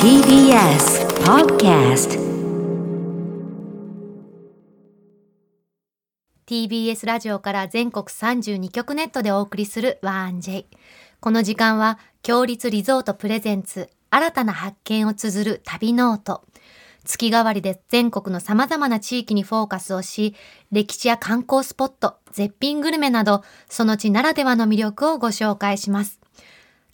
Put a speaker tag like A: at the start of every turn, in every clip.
A: TBS Podcast
B: TBS ラジオから全国32局ネットでお送りするワン J。この時間は、強立リゾートプレゼンツ、新たな発見を綴る旅ノート。月替わりで全国の様々な地域にフォーカスをし、歴史や観光スポット、絶品グルメなど、その地ならではの魅力をご紹介します。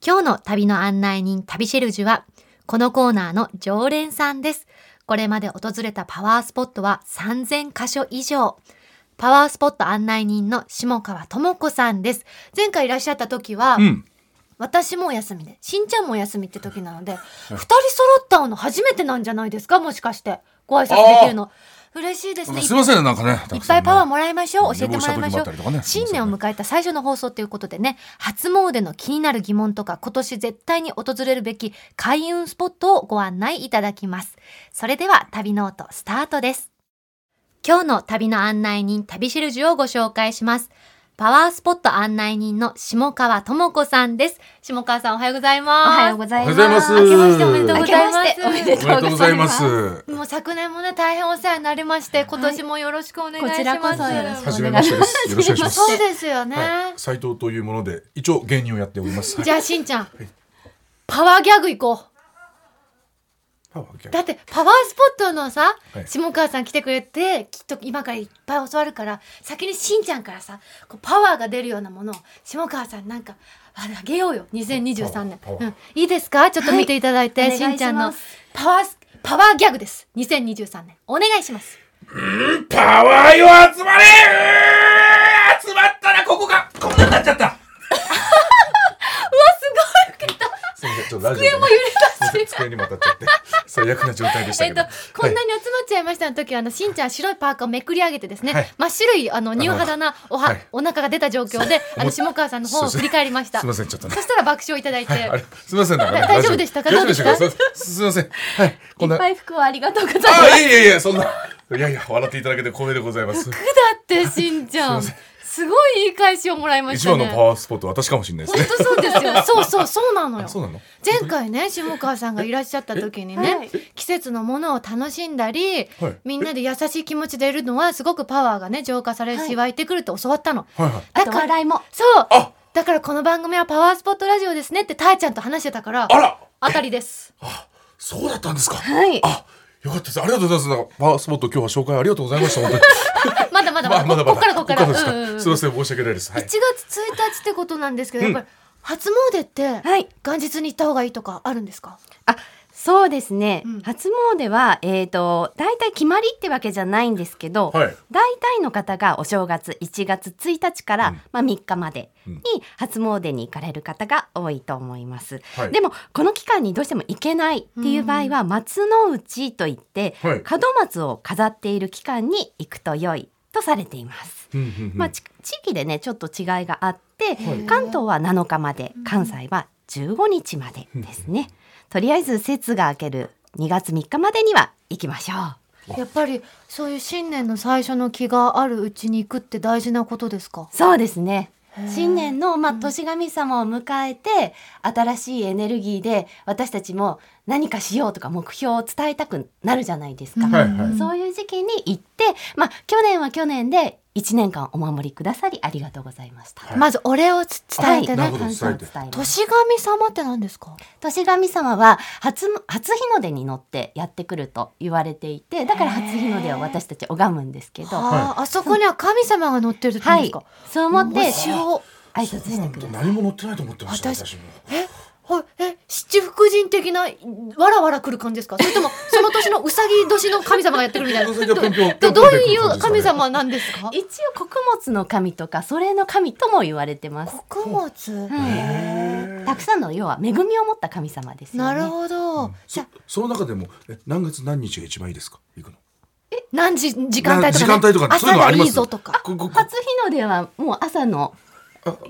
B: 今日の旅の案内人、旅シェルジュは、このコーナーの常連さんです。これまで訪れたパワースポットは3000カ所以上。パワースポット案内人の下川智子さんです。前回いらっしゃった時は、
C: ん
B: 私もお休みで、しんちゃんもお休みって時なので、二人揃ったの初めてなんじゃないですかもしかして。ご挨拶できるの。嬉しいです
C: なん
B: ね。
C: かすいませんね、なんかね。
B: いっぱいパワー
C: ー
B: もらいましょう。教えてもらいましょ
C: 寝坊した時もあったりと
B: う。
C: かね
B: 新年を迎えた最初の放送ということでね、初詣の気になる疑問とか、今年絶対に訪れるべき開運スポットをご案内いただきます。それでは、旅ノートスタートです。今日の旅の案内人、旅しるじをご紹介します。パワースポット案内人の下川智子さんです。下川さんおはようござい
D: お
B: ます。
D: はようございます。
C: おはようございま
B: 明けまし
C: す
B: ておめでとうございま
D: 明けま
B: す。
D: しておめで
C: おめでとうございます。は
B: もう昨年もね、大変お世話になりまして、今年もよろしくお願いしま
D: こ
B: す。
D: ちらこそよろしくお願いします
C: じめましてです。よろしくお願いします。
B: そうですよね。
C: はい斉藤というもので、一応芸人をやっております。はい
B: じゃあしんちゃん、パワーギャグ行こう。
C: パワーギャグ
B: だってパワースポットのさ、
C: はい
B: 下川さん来てくれて、きっと今からいっぱい教わるから、先にしんちゃんからさ、こうパワーが出るようなものを、下川さんなんか、ああげようよ、2023年
C: パワー。
B: う
C: パワー
B: ん、いいですかちょっと見ていただいて、
D: はい
B: しんちゃん
D: お願
B: の
D: いします
B: パワース、パワーギャグです。2023年。お願いします。
C: パワーよ集まれうー集まったらここがこんなになっちゃったうわ、すごいすいません、ちょっとラジオで
B: 机
C: ね
B: も揺れたし
C: すいません机にも当たっちゃって、最悪な状態でした
B: え
C: け
B: っ
C: ど。
B: と、こんな
C: はい
B: に集まっちゃいましたの時は、あの、しんちゃん白いパーカーをめくり上げてですね、
C: はい
B: 真っ白い、あの、乳肌なおは、
C: はい
B: お腹が出た状況で、あの、
C: そう
B: 下川さんの方を振り返りました。
C: すいませんちょっとね
B: そしたら爆笑いただいて、
C: あれすみません、なんかね
B: 大丈夫でしたか
C: 大丈夫でしたか
B: どう
C: すすみません。はい、こん
D: い
C: な
D: っ。ぱい服をありがとうございます。
C: あ、いやいやいや、そんな。いやいや、笑っていただけて光栄でございます。
B: だって、しんちゃん。
C: すいます
B: ごいいい返しをもらいまし
C: 一
B: た
C: 番
B: ね。
C: のパワースポット、私かもしれないです
B: 本当
C: ね。
B: そうです よ。そうそう、そうなのよ。
C: そうなの
B: 前回ね、下川さんがいらっしゃった時に
D: え
B: ね、
D: はい
B: 季節のものを楽しんだり、
C: はい
B: みんなで優しい気持ちでいるのは、すごくパワーがね、浄化されるし、
D: はい
B: 湧いてくるって教わったの。
C: はいはい。
D: あと笑いも。
B: そう
C: あ
B: だからこの番組はパワースポットラジオですねってたーちゃんと話してたから
C: あら
B: 当たりです
C: そうだったんですか。
D: はい
C: あ、よかったです。ありがとうございます。なんかパワースポット、今日は紹介ありがとうございました。本当に。
B: まだまだ まだ,、
C: まあまだ
B: こっ
C: まだ。
B: からこっから
C: です
B: うんうんうん
C: か。すみません、申し訳ないです。は
B: 1
C: い。
B: 月1日ってことなんですけど、
C: うん
B: やっぱり初詣って
D: はい
B: 元日に行った方がいいとかあるんですか、
D: あ、そうですね。
B: うん
D: 初詣は、えっ、と、大体決まりってわけじゃないんですけど、
C: はい
D: 大体の方がお正月1月1日から、まあ3日まで
C: うん
D: に初�詣に行かれる方が多いと思います。
C: はい
D: でも、この期間にどうしても行けないっていう場合は、松の内といって、
C: はい
D: 門松を飾っている期間に行くと良いとされています。
C: うんうんうん
D: まあ、ち地域でねちょっと違いがあって、
B: い
D: 関東は7日まで関西は15日までですね、とりあえず節が明ける2月3日までには行きましょう
B: やっぱりそういう新年の最初の気があるうちに行くって大事なことですか
D: そうですね新年の、まあ、年神様を迎えて、新しいエネルギーで私たちも何かしようとか目標を伝えたくなるじゃないですか、
C: はいはい。
D: そういう時期に行って、まあ、去年は去年で1年間お守りくださりありがとうございました。
C: はい
B: まずお礼をつ伝えてね、
C: なるほど
D: 感謝を
C: 伝えて
D: ます
B: 年神様って何ですか
D: 年神様は初初日の出に乗ってやってくると言われていてだから初日の出を私たち拝むんですけどは
B: あーあそこには神様が乗ってるって言うんで
D: い
B: すか、
D: そう思って
B: 面白い
D: 挨拶してくる
C: 何も乗ってないと思ってました。
B: 私
C: 私も。
B: え、はい、え、七福神的な、わらわら来る感じですかそれとも、その年のうさぎ年の神様がやってくるみたい
C: うさぎがぴょんぴょん
B: な。どどどういう神様なんですか
D: 一応穀物の神とかそれの神とも言われてます、
B: 穀物。
D: はい、たくさんの要は恵みを持った神様ですよ
B: な
D: ね
B: るほど。じ
C: そ
B: ゃあ、
C: その中でもえ何月何日が一番いいですか行くの
B: 何時、時間帯とか、ね。
C: 時間帯とかねそういう
B: 朝
C: のは
B: が
C: ありま
B: い
C: す
B: いぞとか。
C: こここ
D: 初日の出はもう朝の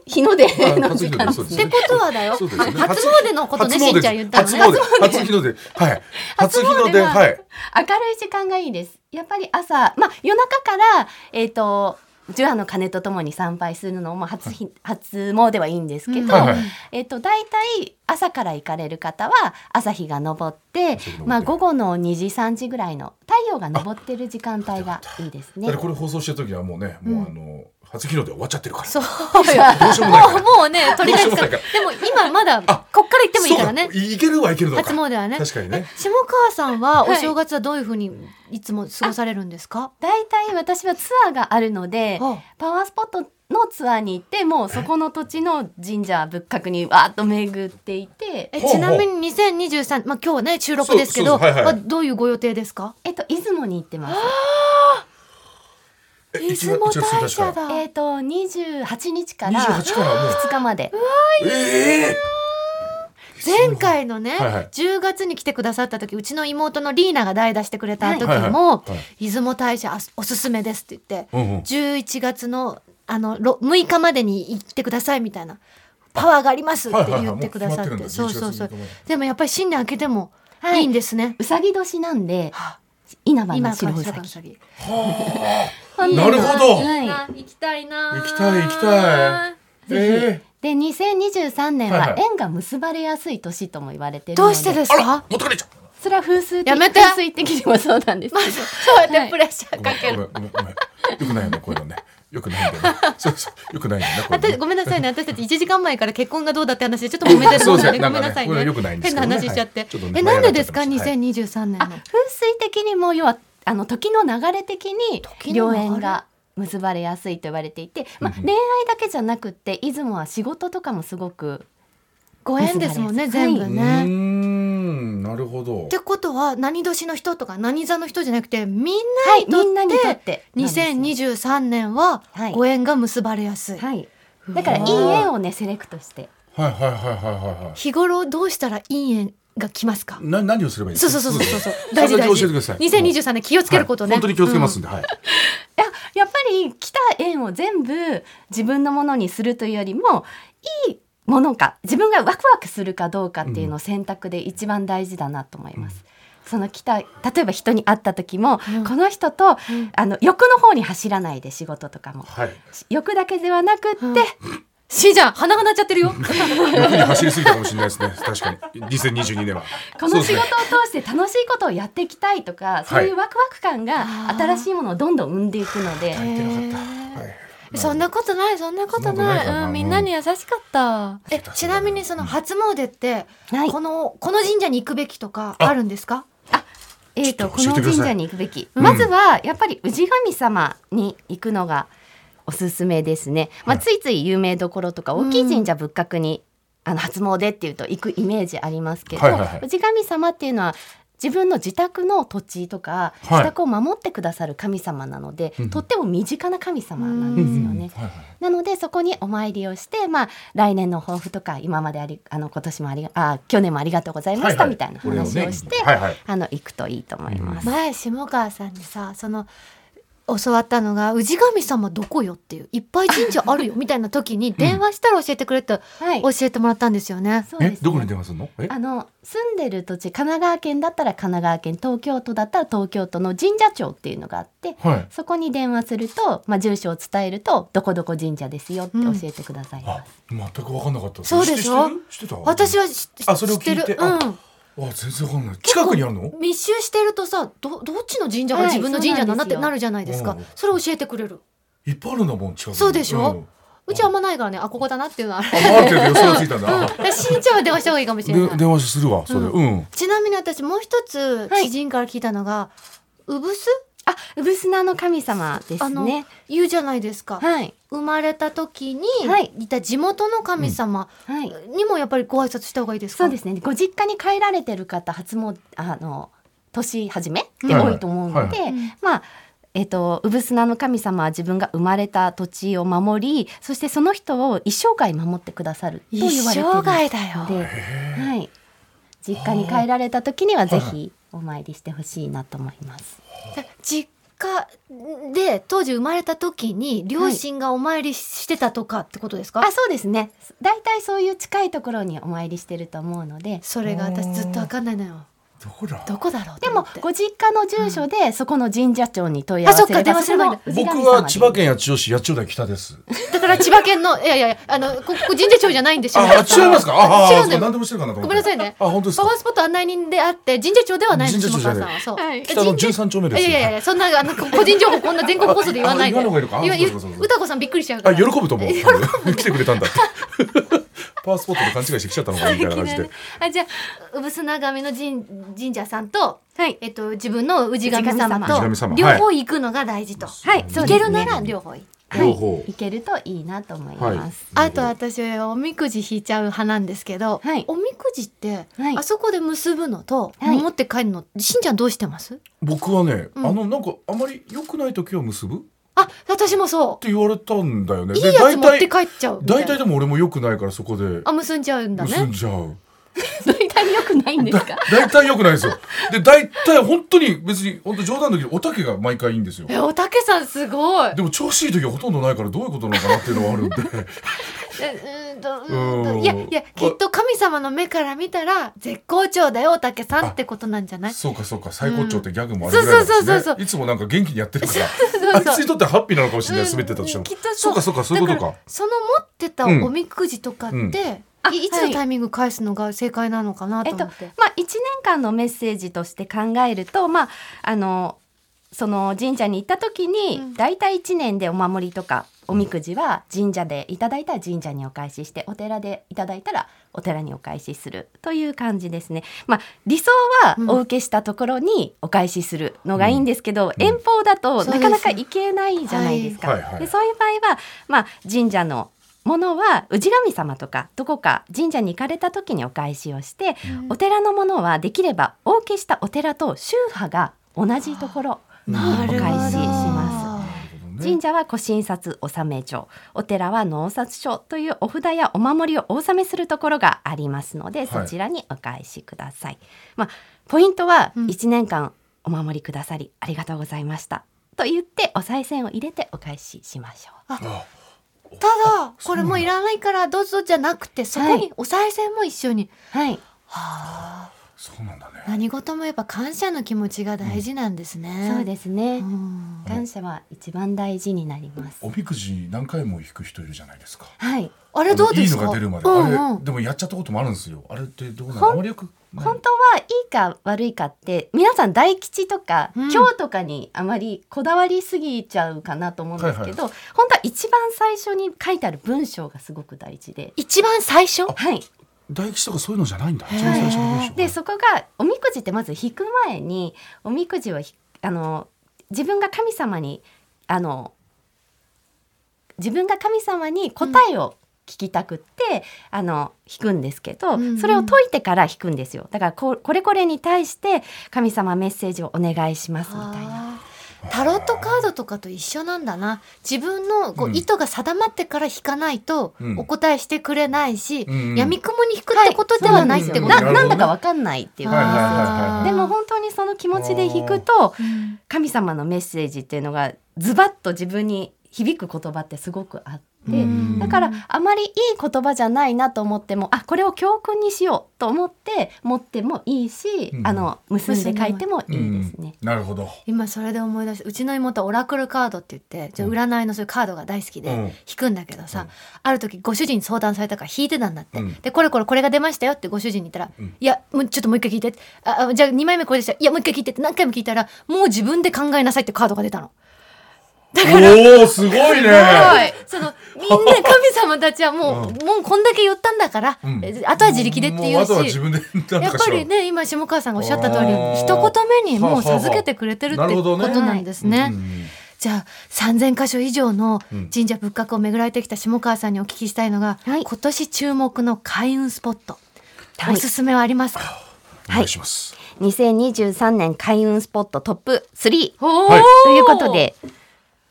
D: 日の出
C: あ
D: の
C: 初
D: 時
C: 日の
D: 間
C: 出そうです
B: ってことはだよ。
C: そうですよね
B: 初詣のことね、
C: 初詣
B: しんちゃん言ったのね。
C: 初詣初日の出はい初日の出
D: は
C: はい
D: 明るい時間がいいですやっぱり朝まあ夜中からえっ、と除夜の鐘とともに参拝するのも初日初詣はいいんですけど、
C: はいはい
D: えっと、大体朝から行かれる方は朝日が昇って
C: 朝日が昇って、
D: まあ、午後の2時3時ぐらいの太陽が昇ってる時間帯がいいです
C: だっ
D: ね
C: て。これ放送してる時はもうね、もうあの初日の出終わっちゃってるから。
B: そうよ。
C: どうしようもないから
B: もうもうね取り返すから。でも今まだこっか
C: あ
B: ら行ってもいいからね
C: そう。いいけるはいけるのか。
B: 初詣はね。
C: 確かにね。
B: 下川さんは
D: はい
B: お正月はどういうふうにいつも過ごされるんですか。
D: 大体私はツアーがあるので
B: あ
D: パワースポットのツアーに行ってもうそこの土地の神社仏閣にわーっと巡っていて
B: え
C: ほう
B: ちなみに2023まあ今日はね収録ですけ
C: そ
B: ど、
C: うそうはいはい
B: はどういうご予定ですか。
D: えっと、出雲に行ってます。
C: え
B: 出雲
C: 一月一
B: 大
C: 日か
B: 社
C: ら
B: だ。
D: えっと、28日から
C: 28からもう
D: 2日まで。
C: ええ
B: 前回のね、
C: はいはい
B: 10月に来てくださった時うちの妹のリーナが代打してくれた時も、
C: はいはいはいは
B: 出雲大社あおすすめですって言って、
C: うんうん
B: 11月のあのろ6日までに行ってくださいみたいなパワーがありますって言ってくださって、
C: はいはいはいもう決
B: そ
C: ま
B: う
C: ってるんだ
B: そうそう
C: 11月の
B: でもやっぱり新年明けても
D: はい
B: いいんですね、
D: うさぎ年なんで、稲葉
B: 今
D: の
B: か
D: 白
B: ら
D: うさ
B: 白川
D: ぎ。
B: さぎ
C: ーなるほど
D: は
B: 行きたいな
C: 行きたい行きたい。ええ
D: い。で、2023年
C: はい
D: は
C: はい
D: 縁が結ばれやすい年とも言われてるの
B: どうしてですす
C: あら
B: か
C: 持ってかれちゃう。
D: それは風水的
B: や めて
D: 風水的にもそうなんですけど。
B: そうやってプレッシャー
C: ご
B: か
C: めん
B: ける、
C: ごめんごめんごめん。よくないよねこういうのね。よくないんだ よね。そうそうよくないんだよねこういうの
B: 私
C: ね。
B: ごめんなさいね私たち1時間前から結婚がどうだって話でちょっと揉めてるもんで
C: そうですね
B: ごめんなさい
C: なんかねこ
B: ね
C: れ良くないんです
B: 変な
C: けどね
B: 話しちゃって,、
C: はいちょっとね
B: えなんでですか
C: 前になっちゃって
B: 2023年の、
D: 風水的にも要はあの時の流れ的に
B: 時の
D: 良
B: 流れ
D: 縁が結ばれやすいと言われていて、まあ、
C: うんうん
D: 恋愛だけじゃなくって出雲は仕事とかもすごく
B: ご縁ですもんね
D: 結ばれやすい
B: 全部
C: う
B: ね、
C: ーんなるほど
B: って。ことは何年の人とか何座の人じゃなくてみんな
D: はい、
B: にと
D: みんなにと
B: っ
D: っててなんですよ
B: 2023年は
D: はい
B: ご縁が結ばれやすい、
D: はい、だからいい縁をねセレクトして
C: はいはいはいはいはいはい。
B: 日頃どうしたらいい縁が来ますか、
C: な何をすればいいんで
B: そう
C: す
B: そう
C: か。
B: そうそうそう大
C: 大事
B: 事
C: 大
B: 大
C: 事。
B: 事
C: 教えてください。
B: 2023年気をつけることね、
C: はい本当に気をつけますんで、は
D: い
C: い。
D: ややっぱり来た縁を全部自分のものにするというよりもいいものか自分がワクワクするかどうかっていうのを選択で一番大事だなと思います。その来た例えば人に会った時も、
B: うん
D: この人と、
B: ん
D: あの欲の方に走らないで仕事とかも
C: はい。
D: 欲だけではなくって、
B: うんしーちゃん鼻が鳴っちゃってる よ
C: 欲に走りすぎたかもしれないですね。確かに。2022年は。
D: この仕事を通して楽しいことをやっていきたいとかそう,、
C: はい
D: いうワクワク感が新しいものをどんどん生んでいくので、
C: 足りてなかった。はい。
B: そんなことないそんなこと
C: そんなこと
B: な
C: ないいかな
B: うん、みんなに優しかったえ
C: うん
B: ちなみにその初詣って、
D: はい
B: このこの神社に行くべきとかあるんですか
D: えー、とこ
C: ちょ
D: の
C: っと教えてくだ
D: 神
C: さい
D: 社に行くべき、まずはやっぱり氏神様に行くのがおすすめですね、まあ、
C: はい
D: ついつい有名どころとか大きい神社仏閣に、あの初詣っていうと行くイメージありますけど、
C: はいはいはい
D: 氏神様っていうのは自分の自宅の土地とか
C: はい
D: 自宅を守ってくださる神様なので、
C: うん
D: とっても身近な神様なんですよね。
C: はいはい
D: なのでそこにお参りをして、まあ、来年の抱負とか今までありあの今年もありがあ去年もありがとうございましたみたいな話をして、
C: はいはい。
D: あの行くといいと思います。
B: 前下川さんにさその教わったのが「氏神様どこよ?」っていう「いっぱい神社あ るよ」みたいな時に電話したら教えてくれって
D: はい
B: 教えてもらったんですよね。
D: そうです
C: え
D: ね、
C: どこに電話するの？え、
D: あの住んでる土地神奈川県だったら神奈川県東京都だったら東京都の神社庁っていうのがあって、
C: はい。
D: そこに電話すると、まあ、住所を伝えるとどこどこ神社ですよって教えてください
C: あ
D: ます、、
C: 全く分かんなかった。
B: そうでしょ
C: 知ってる知ってた。
B: 私は知
C: あそれ
B: 知
C: を
B: って
C: 聞い
B: る
C: て、
B: う
C: あ
B: ん、
C: あ全然わかんない。近くにあるの？
B: 密集してるとさどどっちの神社が自分の神社だなってなるじゃないですか、
C: はいそうなんで
B: それ教えてくれる
C: いっぱいあるんだもん近くに。
B: そうでしょ
C: ん
B: うちあんまないからねあここだなっていうのは ある
C: あ、ある程度予想がついた んだ。あ
B: だからしんちゃんは電話した方がいいかもしれな
C: で
B: い
C: 電話するわ。それ。
B: う
C: うん。
B: ちなみに私もう一つ
D: はい
B: 知人から聞いたのが「うぶす
D: あ産砂の神様で」
B: あ
D: す
B: の
D: ね
B: 言うじゃないですか、
D: はい
B: 生まれた時に
D: はい
B: いた地元の神様
D: はい
B: にもやっぱりご挨拶した方がいいですか、
D: そうですねご実家に帰られてる方初詣あの年始めって
C: はい
D: 多いと思うので、
B: いうん
D: まあえっと産砂の神様は自分が生まれた土地を守りそしてその人を一生涯守ってくださると言われています
B: 一生涯だよ
D: で、はい、実家に帰られた時にはぜひお参りしてほしいなと思います。
B: で実家で当時生まれた時に両親がお参りしてたとかってことですか、
D: あそうですね大体そういう近いところにお参りしてると思うので
B: それが私ずっとわかんないのよ
C: どこだ
B: どこだろう
D: でも
B: と思って
D: ご実家の住所でそこの神社庁に問い合
B: あ
D: わせ
B: そっ
D: れば
B: か電話すればいいの
D: そこの氏神様に
E: 僕は千葉県八千代市八千代台北です。
B: だから千葉県のいやいやいやあのここ神社庁じゃないんでしょ
E: あ、あ違いますか。あ、あ
B: 違う
E: あ、
B: んだ
E: そう
B: よ
E: 何でもしてるかなと思
B: ご
E: って。
B: めんなさいね
E: あ、本当です
B: パ
E: か
B: ワ。ースポット案内人であって神社庁ではないんです
E: 神社庁
B: 下川
E: じ
B: さ
E: ゃ
B: ん
E: な
B: はいそう、
D: はい
E: 北の十三丁目
B: い
E: です
B: や
E: よ。
B: いやいやそんなあの個人情報こんな全国放送で言わないで
E: あ言わない方がいいのかあ
B: 言わ
E: そうかそうか
B: うたこさんびっくりしちゃうか
E: あ
B: ら
E: 喜ぶ と思う。 来てくれたんだって。パワースポットで勘違いしてきちゃったのかみたいな感じで。
B: あじゃあ産砂神の神神社さんと、
D: はい
B: えっと、自分の氏神
D: 氏神
B: 様と
E: 様
B: 両方行くのが大事と、
D: はいそうで
B: 行け
D: す
B: るなら両方行く
E: 両方。
D: 行けるといいなと思います、
B: あと私おみくじ引いちゃう派なんですけど、
D: はい
B: おみくじって、
D: はい
B: あそこで結ぶのと、
D: はい
B: 持って帰るのしんちゃんどうしてます
E: 僕はね、
B: うん
E: あのなんかあまり良くない時は結ぶっ
B: あ私もそ
E: て言われたんだよね。
B: ういい
E: で
B: やつ持って
E: 大
B: 帰
E: 体
B: っちゃうみたい
E: 大
B: な
E: 体でも俺も良くないからそこで
B: あ結んじゃうんだ
E: 結ん
B: ね
E: じゃう。
D: 大体良くないんですか
E: 大体良くないですよ。で大体本当に別に本当冗談の時おたけが毎回いい んですよ。
B: えおたけさんすごい
E: でも調子いい時はほとんどないからどういうことなのかなっていうのはあるんで
B: えうーんとうーんと
E: うん
B: いやいやきっと神様の目から見たら絶好調だよおたけさんってことなんじゃない
E: そうかそうか最高潮ってギャグもあるぐら
B: そ
E: い
B: うそうそうそう
E: だし
B: そ
E: ねいつもなんか元気にやってるから
B: そうそう
E: あいつにとってはハッピーなのかもしれない
B: うん
E: 滑ってたとしても
B: きっとそう
E: そうかそうかそういうこと
B: だ
E: か
B: らその持ってたおみくじとかって、
E: うんうん
D: あ
B: いいつのタイミング返すのが正解なのかなと
D: えっと、
B: 思っ
D: ま
B: て、
D: あ、1年間のメッセージとして考えると、まあ、あのその神社に行った時に、
B: うん
D: 大体1年でお守りとかおみくじは神社でいただいたら神社にお返ししてお寺でいただいたらお寺にお返しするという感じですね。まあ、理想は
B: うん
D: お受けしたところにお返しするのがいいんですけど、遠方だと
B: そう
D: な
B: ですよ
D: かなか行けないじゃないですか。
E: はいはいはい
D: でそういう場合は、まあ、神社のものは氏神様とかどこか神社に行かれた時にお返しをして、お寺のものはできればお受けしたお寺と宗派が同じところにお
E: な
D: 返
E: るほど
D: しします。
E: なるほどね
D: 神社は御神札納め帳お寺は納札書というお札やお守りをお納めするところがありますので、
E: い
D: そちらにお返しください、まあ、ポイントは
B: うん
D: 1年間お守りくださりありがとうございました、と言ってお賽銭を入れてお返ししましょう
B: ただこれもういらないからどうぞじゃなくてそこにお賽銭も一緒に、
D: はい
B: はあ
E: そうなんだね
B: 何事もやっぱ感謝の気持ちが大事なんですね、
D: そうですね、
B: うん
D: 感謝は一番大事になります
E: おみくじ何回も引く人いるじゃないですか
D: はい
B: あれどうですか
E: いいのが出るまで、
B: うんう
E: あれ
B: ん
E: でもやっちゃったこともあるんですよあれってどうな
D: ほ
E: の
D: ん
E: あまりよくない
D: 本当はいいか悪いかって皆さん大吉とか、
B: うん
D: 今日とかにあまりこだわりすぎちゃうかなと思うんですけど、本当は一番最初に書いてある文章がすごく大事で。
B: 一番最初
D: はい、
E: 大吉とかそういうのじゃないんだ
B: へー
E: 一番最初の文章
D: でそこがおみくじってまず引く前におみくじをひあの自分が神様にあの自分が神様に答えを聞きたくって、あの引くんですけど、
B: うんうん
D: それを解いてから引くんですよだからここれこれに対して神様メッセージをお願いしますみたいな。
B: あータロットカードとかと一緒なんだな自分のこ
E: う
B: うん意図が定まってから引かないと
E: うん
B: お答えしてくれないし、
E: うんうん
B: やみくもに引くってことではないってこと
D: な
E: そう
D: なんだかわかんないっていう
E: はいはいはい
D: か
E: はい
D: でも本当にその気持ちで引くと
B: うん
D: 神様のメッセージっていうのがズバッと自分に響く言葉ってすごくあって、
E: うん
D: だからあまりいい言葉じゃないなと思ってもあこれを教訓にしようと思って持ってもいいし、
E: うん
D: あの結んで書いてもいいですね。
E: なるほど
B: 今それで思い出したうちの妹はオラクルカードって言ってじゃあ占いのそういうカードが大好きで
E: うん
B: 引くんだけどさ、ある時ご主人に相談されたから引いてたんだって、
E: うん
B: でこれこれこれが出ましたよってご主人に言ったら「
E: うん
B: いやもうちょっともう一回聞いて」ああじゃあ2枚目これでしたいやもう一回聞いて」って何回も聞いたら「もう自分で考えなさい」ってカードが出たの。
E: おおすごいね
B: そのみんな神様たちはもう、もうこんだけ言ったんだから、
E: うん
B: えあとは自力でって
E: も
B: いうう
E: あとは自
B: し。
E: 分で
B: や
E: 何
B: っ
E: とか
B: ぱ
E: しろ
B: りね今下川さんがおっしゃった通り
E: あー
B: 一言目にもう授けてくれてるって
E: はあはあ
B: こ
E: なるほ
B: と
E: どね
B: なんです
E: う
B: ね
E: んう。ん
B: じゃあ3,000箇所以上の
E: うん
B: 神社仏閣を巡られてきた下川さんにお聞きしたいのが、
D: はい
B: 今年注目の開運スポット、
D: はい
B: おすすめはありますか
E: お願いします
D: 2023年開運スポットトップ3
E: はい
D: ということで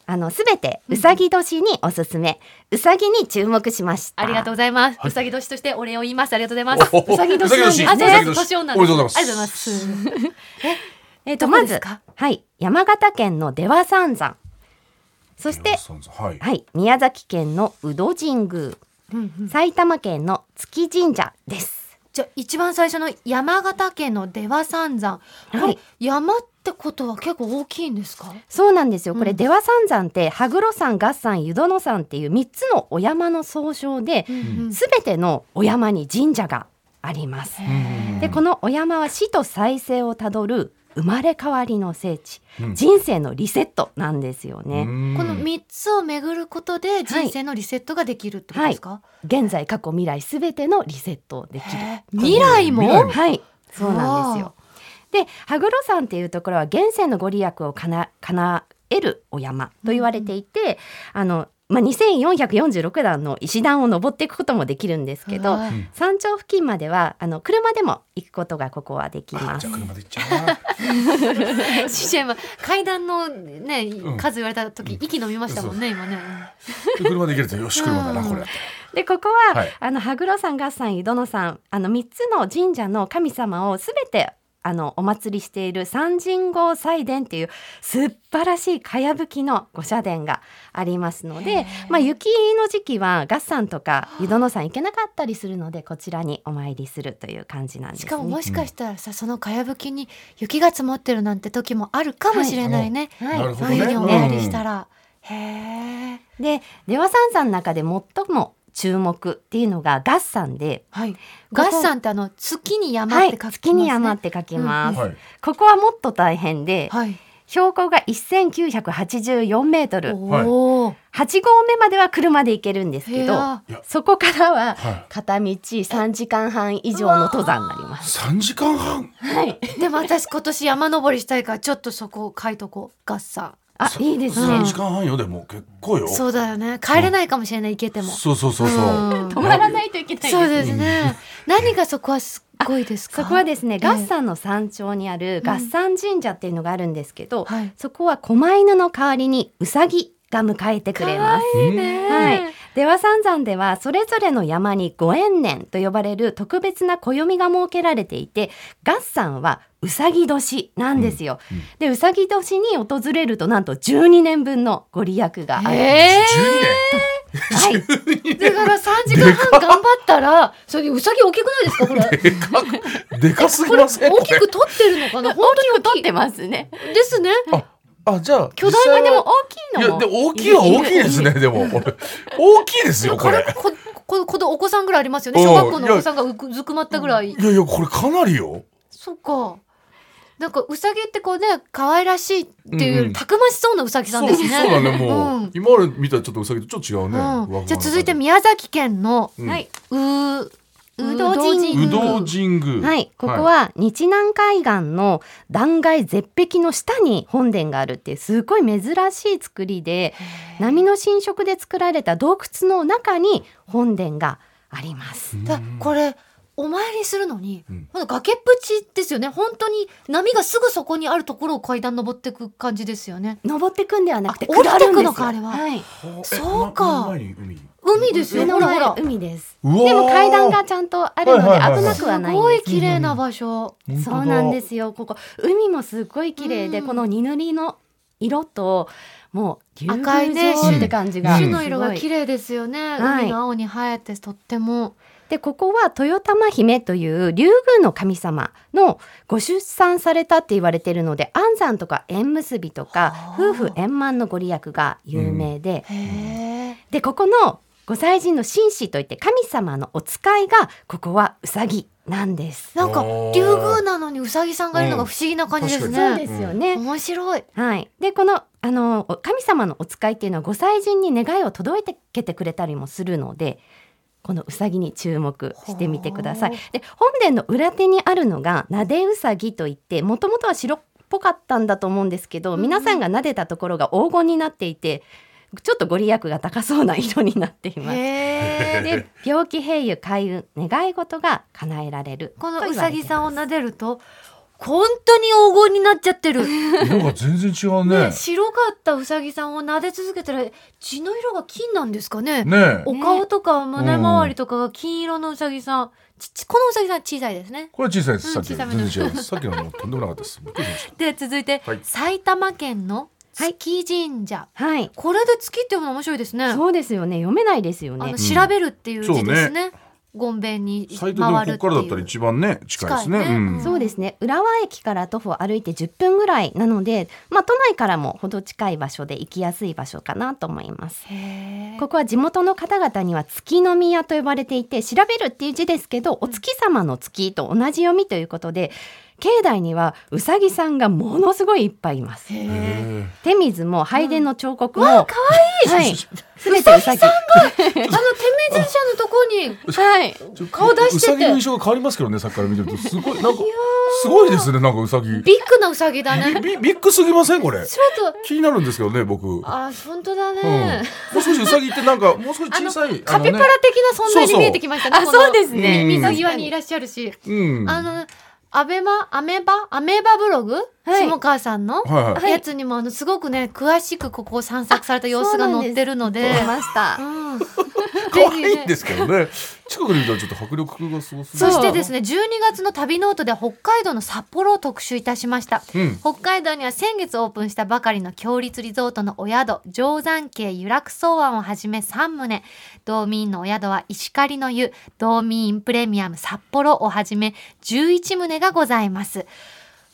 D: あのすべてうさぎ年におすすめ、うさぎに注目しました。
B: ありがとうございます、うさぎ年としてお礼を言いますありがとうございます
E: おお
B: うさぎ年なんです
E: う
B: あ
E: さぎ
B: じ
E: 年
B: ゃあ
E: うさぎ年
B: 年女
E: おめでとうございます
B: ありがとうございます
D: えっと
B: どこ
D: ま
B: です
D: ず
B: か
D: はい山形県の出羽三山そして
E: はい
D: はい宮崎県の宇戸神宮、埼玉県の月神社です。
B: じゃあ一番最初の山形県の出羽三山これ、
D: はい
B: 山ってことは結構大きいんですか
D: そうなんですよ。こ
B: う
D: れ、
B: ん
D: 出羽三山って、羽黒山、合山、湯殿山っていう3つのお山の総称で、
B: うん
D: すべてのお山に神社があります。で、このお山は死と再生をたどる生まれ変わりの聖地、
E: うん
D: 人生のリセットなんですよね。
B: この3つを巡ることで人生のリセットができるってことですか、
D: 現在、過去、未来、すべてのリセットをできる。
B: へー未来も
E: 未来も
D: はい、そうなんです
B: わ
D: よ。で、羽黒山っていうところは現世のご利益をかな叶えるお山と言われていて、あの。まあ、2446段の石段を登っていくこともできるんですけど
B: はい
E: うん
D: 山頂付近まではあの車でも行くことがここはできま
E: じ
D: す
E: ゃあ。車で行っちゃうな。
B: シシェンは階段のね
E: うん
B: 数言われた時、息飲みましたもんね今ね
E: で車で行けるとよし車だなこれ。
D: でここは、
E: はい
D: あの羽黒山合山湯殿山あの3つの神社の神様をすべてあのお祭りしている三神宮祭殿っていう素晴らしいかやぶきの御社殿がありますので、まあ、雪の時期は合山とか湯殿山行けなかったりするのでこちらにお参りするという感じなんです、
B: し
D: ね。
B: かももしかしたらさそのかやぶきに雪が積もってるなんて時もあるかもしれないね、
D: はい
E: なる
B: そ
E: ほど
B: う
E: ね
B: いうふうにお参りした
E: ら。
B: ら、へえ
D: で出羽三山の中で最も注目っていうのが合山で、
B: はいガッサンってあの月に山って書きますね、
D: 月に山って書きます。
E: はい。
D: ここはもっと大変で、
B: はい
D: 標高が1984メートル
B: おお
D: 8合目までは車で行けるんですけど
E: いや
D: そこからは
E: はい
D: 片道3時間半以上の登山になります。
E: 三時間半。
D: はい、
B: でも私今年山登りしたいからちょっとそこ書いとこうガッサ
D: あいいですね
E: 三時間半よでも結構よ。
B: ンそうだよね帰れないかもしれない行けても
E: そうそうそうそう。
B: ん
D: 止まらないといけない
B: そうですね。何がそこはすっごいですか。
D: そこはですね
B: ええ
D: 合山の山頂にある合山神社っていうのがあるんですけど、
B: はい
D: そこは狛犬の代わりにうさぎが迎えてくれます。
E: うん
D: はい。出羽三山では、それぞれの山にご縁年と呼ばれる特別な暦が設けられていて、合山はうさぎ年なんですよ。で、うさぎ年に訪れると、なんと12年分のご利益がある。
B: え
E: 十
D: は
E: 二
D: い。
B: えだから三時間半頑張ったら、それでウサギ大きくないですかこれ。
E: 年。でかくでかすぎません。
B: 大きく取ってるのかな。本当
D: 取
B: に大
D: っ
B: きい
D: てますね。
B: ですね。
E: あじゃあ
D: 巨大なでも
E: い
D: 大きい
E: や
D: のも
E: で大きいは大きいですね。でもこれ大きいですよこ
B: これ
E: れ。
B: こここのお子さんぐらいありますよね。
E: うん
B: 小学校のお子さんがうくずくまったぐらい。
E: いやいやこれかなりよ。
B: そっか。なんかウサギってこうね可愛らしいっていうよ
E: うんう
B: り
E: ん
B: たくましそうなウサギさ
E: そ
B: ん
E: う
B: で
E: そう
B: すね。
E: だねも
B: う
E: うん今まで見たちょっとウサギとちょっと違うね。
B: うん。じゃあ続いて
E: う
B: 宮崎県の
E: うん
D: はい。
B: う
D: うど神宮
E: どう神宮。
D: はい、ここは日南海岸の断崖絶壁の下に本殿があるっていうすごい珍しい作りで波の浸食で作られた洞窟の中に本殿があります。
B: だこれお参りするのに、
E: うん
B: ほんと崖っぷちですよね本当に波がすぐそこにあるところを階段登っていく感じですよね
D: 登ってくんではなくて
B: あ降り
D: 下るんです
B: てく
D: よ
B: のかあれは
D: はい、
E: はあ
B: そうか
E: えな目の前に海
B: 海です
D: 目
B: よ
D: の
B: ほらほ
D: 前
B: ら
D: 海です。
E: うわー
D: でも階段がちゃんとあるの
E: はいはいはい
D: で
E: はい。
D: 危な
B: す
D: くはないん
B: ご
D: で
B: い
D: す。
B: 綺麗な場所、
D: そうなんですすよ。ここ海もすごい綺麗で、
B: うん
D: この二塗りの色ともう竜
B: 赤いね
D: 宮城って感じが、
E: うん
B: 種の色が綺麗ですよね、
D: はい
B: 海の青に映えてとっても
D: でここは豊玉姫という竜宮の神様のご出産されたって言われてるので安産とか縁結びとか
B: はあ
D: 夫婦円満のご利益が有名で、
B: へえ、
D: でここの御祭神の神師といって神様のお使いがここはうさぎなんです。
B: なんか
E: おー
B: 竜宮なのにうさぎさんがいるのが不思議な感じです
E: うん
B: ね、
D: そうですよね、
B: 面白い
D: はい、でこのあのお神様のお使いっていうのは御祭神に願いを届いてけてくれたりもするのでこのうさぎに注目してみてください
B: ほ。
D: で本殿の裏手にあるのがなでうさぎといってもともとは白っぽかったんだと思うんですけど、
B: ん
D: 皆さんが撫でたところが黄金になっていてちょっとご利益が高そうな色になっています。
B: へ
D: で
B: え
D: 病気平癒開運願い事が叶えられる
B: このうさぎさんを
D: な
B: 撫でると本当に黄金になっちゃってる
E: 色が全然違うね。
B: 白かったうさぎさんを撫で続けたら血の色が金なんですかね
E: ねえ。
B: お顔とか胸周りとかが金色のうさぎさん、ちちこのうさぎさん小さいですね
E: これ小さいです。さっき
B: うん小
E: 全
B: さめ
E: 然
B: の
E: 違う。さっきのはもうとんでもなかったです。びっくりしまし
B: で続いて、
E: はい
B: 埼玉県の月神社、
D: はい
B: これで月っていうの面白いですね
D: そうですよね読めないですよ
B: あ
D: ね
B: の調べるっていう字ですねごんべんに
E: 最低でも
B: 回る
E: こ
B: っ
E: っ
B: いう
E: てからだったら一番ね近いですね。
B: 近いね
E: うん
B: うん
D: そうですね浦和駅から徒歩歩いて10分ぐらいなので、まあ、都内からもほど近い場所で行きやすい場所かなと思います。
B: へ ー
D: ここは地元の方々には月の宮と呼ばれていて調べるっていう字ですけどお月様の月と同じ読みということで境内にはうさぎさんがものすごいいっぱいいます。
B: へ
E: へ
D: 手水も拝殿の彫刻も、
B: わあかわいい
D: は い、すべてうさぎ。
B: あの天明神社のとこに
D: はい、
E: ーちょ
B: 顔出してて
E: うさぎの印象が変わりますけどねさっきから見てるとすごいなんかすごいですねなんかうさぎ。
B: ビッグなウサギだね
E: びビッグすぎませんこれ。
B: ちょっと
E: 気になるんですけどね僕。うん。も
B: あー本当だね、
E: う少しうさぎってなんかもう少し小さい
B: カピバラ的な存在に見えてきましたね
D: あ
B: この
D: そうですね
E: うん
B: 水際にいらっしゃるし、
E: うん。
B: あのアベマアメバアメーバブログ、
D: はい
B: 下川さんの、
E: はいはい
B: やつにもあのすごくね詳しくここを散策された様子が載ってるので
D: 出ました。
B: うん、ぜ
E: 可
B: ひ
E: 愛いん
B: ね
E: ですけどね。近くで見たらちょっと迫力がすごすぎ
B: そしてです
E: ね。
B: ね12月の旅ノートで北海道の札幌を特集いたしました、
E: うん
B: 北海道には先月オープンしたばかりの強立リゾートのお宿定山渓由楽草庵をはじめ3棟道民のお宿は石狩の湯道民プレミアム札幌をはじめ11棟がございます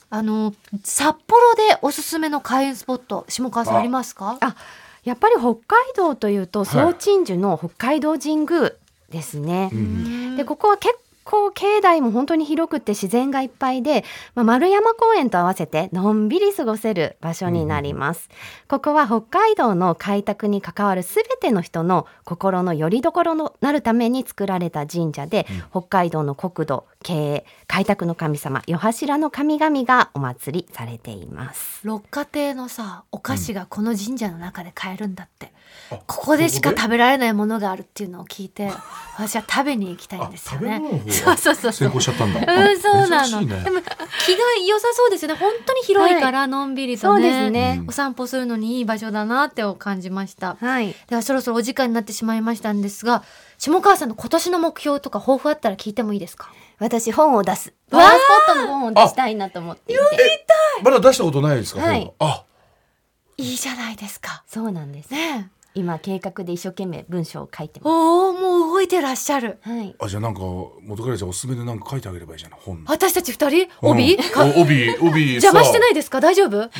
B: あの札幌でおすすめの開運スポット下川さんありますか
D: あやっぱり北海道というと
E: はい
D: 総鎮守の北海道神宮ですね。
E: うん
D: でここは結構境内も本当に広くて自然がいっぱいで、まあ、丸山公園と合わせてのんびり過ごせる場所になります、ここは北海道の開拓に関わる全ての人の心の拠り所になるために作られた神社で、北海道の国土経営開拓の神様夜柱の神々がお祭りされています
B: 六花亭のさお菓子がこの神社の中で買えるんだって、ここでしか食べられないものがあるっていうのを聞いて私は食べに行きたいんですよね
E: あ食べ物の方
B: そ
E: が
B: うそうそうそう
E: 先行しちゃったんだ。
B: うん、そうなの。
E: 珍しい
B: で
E: ね
B: も、気が良さそうですよね。本当に広いから、のんびりとね。
E: ね
B: お散歩するのにいい場所だなってを感じました。
D: はい
B: では、そろそろお時間になってしまいましたんですが、下川さんの今年の目標とか抱負あったら聞いてもいいですか
D: 私本を出すパ
B: わー
D: ワースポットの本を出したいなと思っていて
E: まだ出したことないですか。
D: はい
E: 本あ、
B: いいじゃないですか。
D: そうなんです
B: ねえ。
D: 今計画で一生懸命文章を書いてます
B: おおもう動いてらっしゃる。
D: はい
E: あじゃあなんか元彼ちゃんおすすめでなんか書いてあげればいいじゃない本。
B: 私たち二人 帯、
E: うん
B: か
E: お帯帯。
B: 邪魔してないいですか大丈夫
E: なんか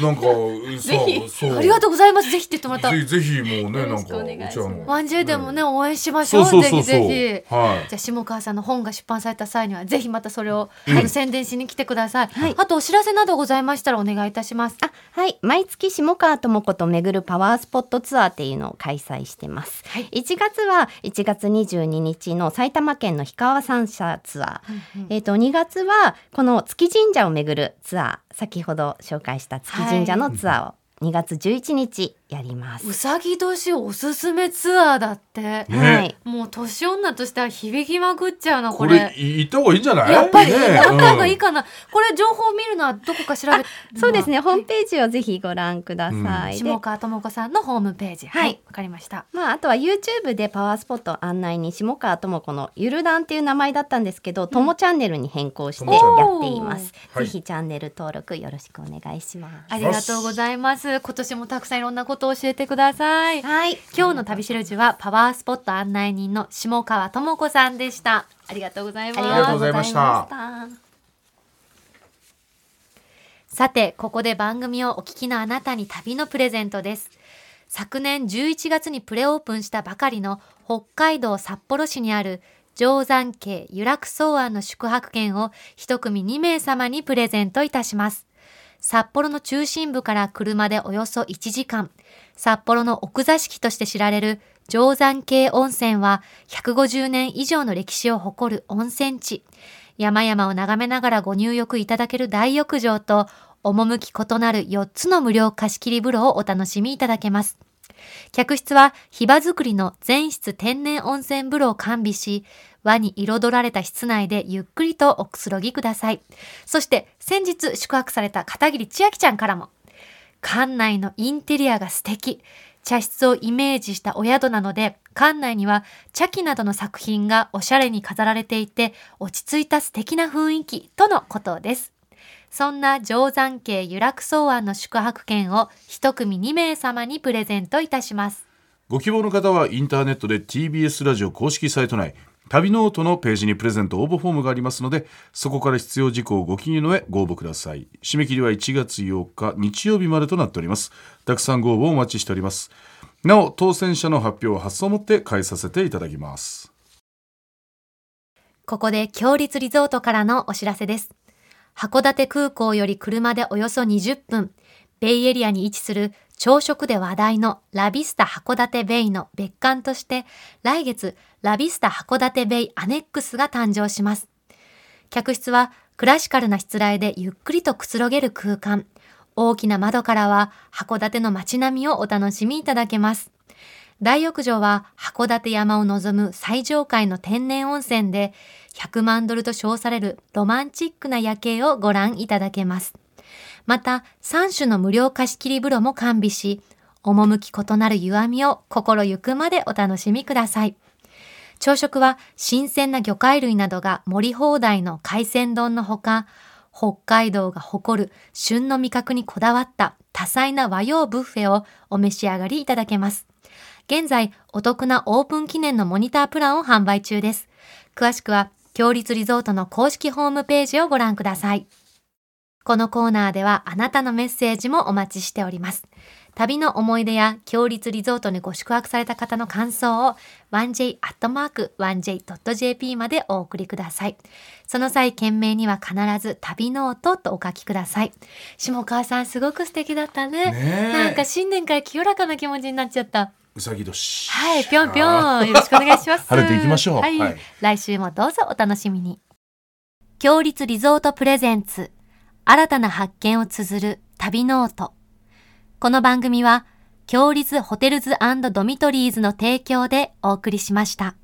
E: さ
D: ひ
E: そう。
B: ありがとうございます。ぜひって言ってもらった
E: ぜ。ひぜひもうねなんか
D: よろしくお願いし
E: う
D: ます
E: ちらも
B: ワンジェイでもね、応援しましょ。
E: そううそ
B: ぜ
E: う
B: ひ
E: そうそう。
B: ぜひ。
E: はい。
B: じゃあ下川さんの本が出版された際にはぜひまたそれを、あの宣伝しに来てください、あとお知らせなどございましたらお願いいたします
D: あはい毎月下川智子と巡るパワースポットツアーっていうのを開催してます、
B: はい
D: 1月は1月22日の埼玉県の氷川三社ツアー、えっ、と2月はこの月神社を巡るツアー先ほど紹介した月神社のツアーを2月11日やります、
B: うさぎ年おすすめツアーだって、
E: ね
D: はい
B: もう年女としては響きまくっちゃうなこ
E: こ
B: れ
E: れい行った方がいいんじゃない？
B: やっぱり、
E: ね
B: やった方がいい
E: うん
B: かな、これ情報を見るのはどこか調べ
D: そうです
B: ね
D: ねホームページをぜひご覧ください、で
B: 下川智子さんのホームページはいわ、
D: はい
B: かりました
D: まあ、あとは YouTube でパワースポットを案内に下川智子のゆるだんっていう名前だったんですけど、ともチャンネルに変更してや
E: 友チャン
B: ネル
D: っています。
E: おー
D: ぜひチャンネル登録よろしくお願いします。
B: ありがとうございます今年もたくさんいろんなことを教えてください
D: はい、
B: 今日の旅しるじはパワースポット案内人の下川智子さんでしたありがとうござい
D: ありがとう
B: ま
E: ご
B: す
E: ざいました
D: ございました。
B: さてここで番組をお聞きのあなたに旅のプレゼントです昨年11月にプレオープンしたばかりの北海道札幌市にある定山渓由楽草庵の宿泊券を一組2名様にプレゼントいたします札幌の中心部から車でおよそ1時間、札幌の奥座敷として知られる定山渓温泉は150年以上の歴史を誇る温泉地。山々を眺めながらご入浴いただける大浴場と、趣異なる4つの無料貸切風呂をお楽しみいただけます。客室はヒバ作りの全室天然温泉風呂を完備し、和に彩られた室内でゆっくりとおくつろぎください。そして先日宿泊された片桐千秋ちゃんからも、館内のインテリアが素敵。茶室をイメージしたお宿なので、館内には茶器などの作品がおしゃれに飾られていて、落ち着いた素敵な雰囲気とのことです。そんな定山渓由楽草庵の宿泊券を一組2名様にプレゼントいたします。
F: ご希望の方はインターネットで TBS ラジオ公式サイト内旅ノートのページにプレゼント応募フォームがありますのでそこから必要事項をご記入の上ご応募ください締め切りは1月8日日曜日までとなっておりますたくさんご応募をお待ちしておりますなお当選者の発表は発送をもって返させていただきます
B: ここで強立リゾートからのお知らせです。函館空港より車でおよそ20分、ベイエリアに位置する朝食で話題のラビスタ函館ベイの別館として、来月ラビスタ函館ベイアネックスが誕生します。客室はクラシカルなしつらえでゆっくりとくつろげる空間。大きな窓からは函館の街並みをお楽しみいただけます。大浴場は函館山を望む最上階の天然温泉で100万ドルと称されるロマンチックな夜景をご覧いただけます。また3種の無料貸し切り風呂も完備し、趣異なる湯あみを心ゆくまでお楽しみください。朝食は新鮮な魚介類などが盛り放題の海鮮丼のほか、北海道が誇る旬の味覚にこだわった多彩な和洋ブッフェをお召し上がりいただけます。現在、お得なオープン記念のモニタープランを販売中です。詳しくは、強立リゾートの公式ホームページをご覧ください。このコーナーではあなたのメッセージもお待ちしております。旅の思い出や強立リゾートにご宿泊された方の感想を 1j.1j.jp までお送りください。その際、件名には必ず旅ノートとお書きください。下川さん、すごく素敵だったね。
E: ねえ
B: なんか新年から清らかな気持ちになっちゃった。
F: うさぎ年
B: はい、ぴょんぴょん、よろしくお願いします。
F: 晴れていきましょう
B: はい、
F: はい
B: 来週もどうぞお楽しみに。強立リゾートプレゼンツ、新たな発見を綴る旅ノート。この番組は、強立ホテルズドミトリーズの提供でお送りしました。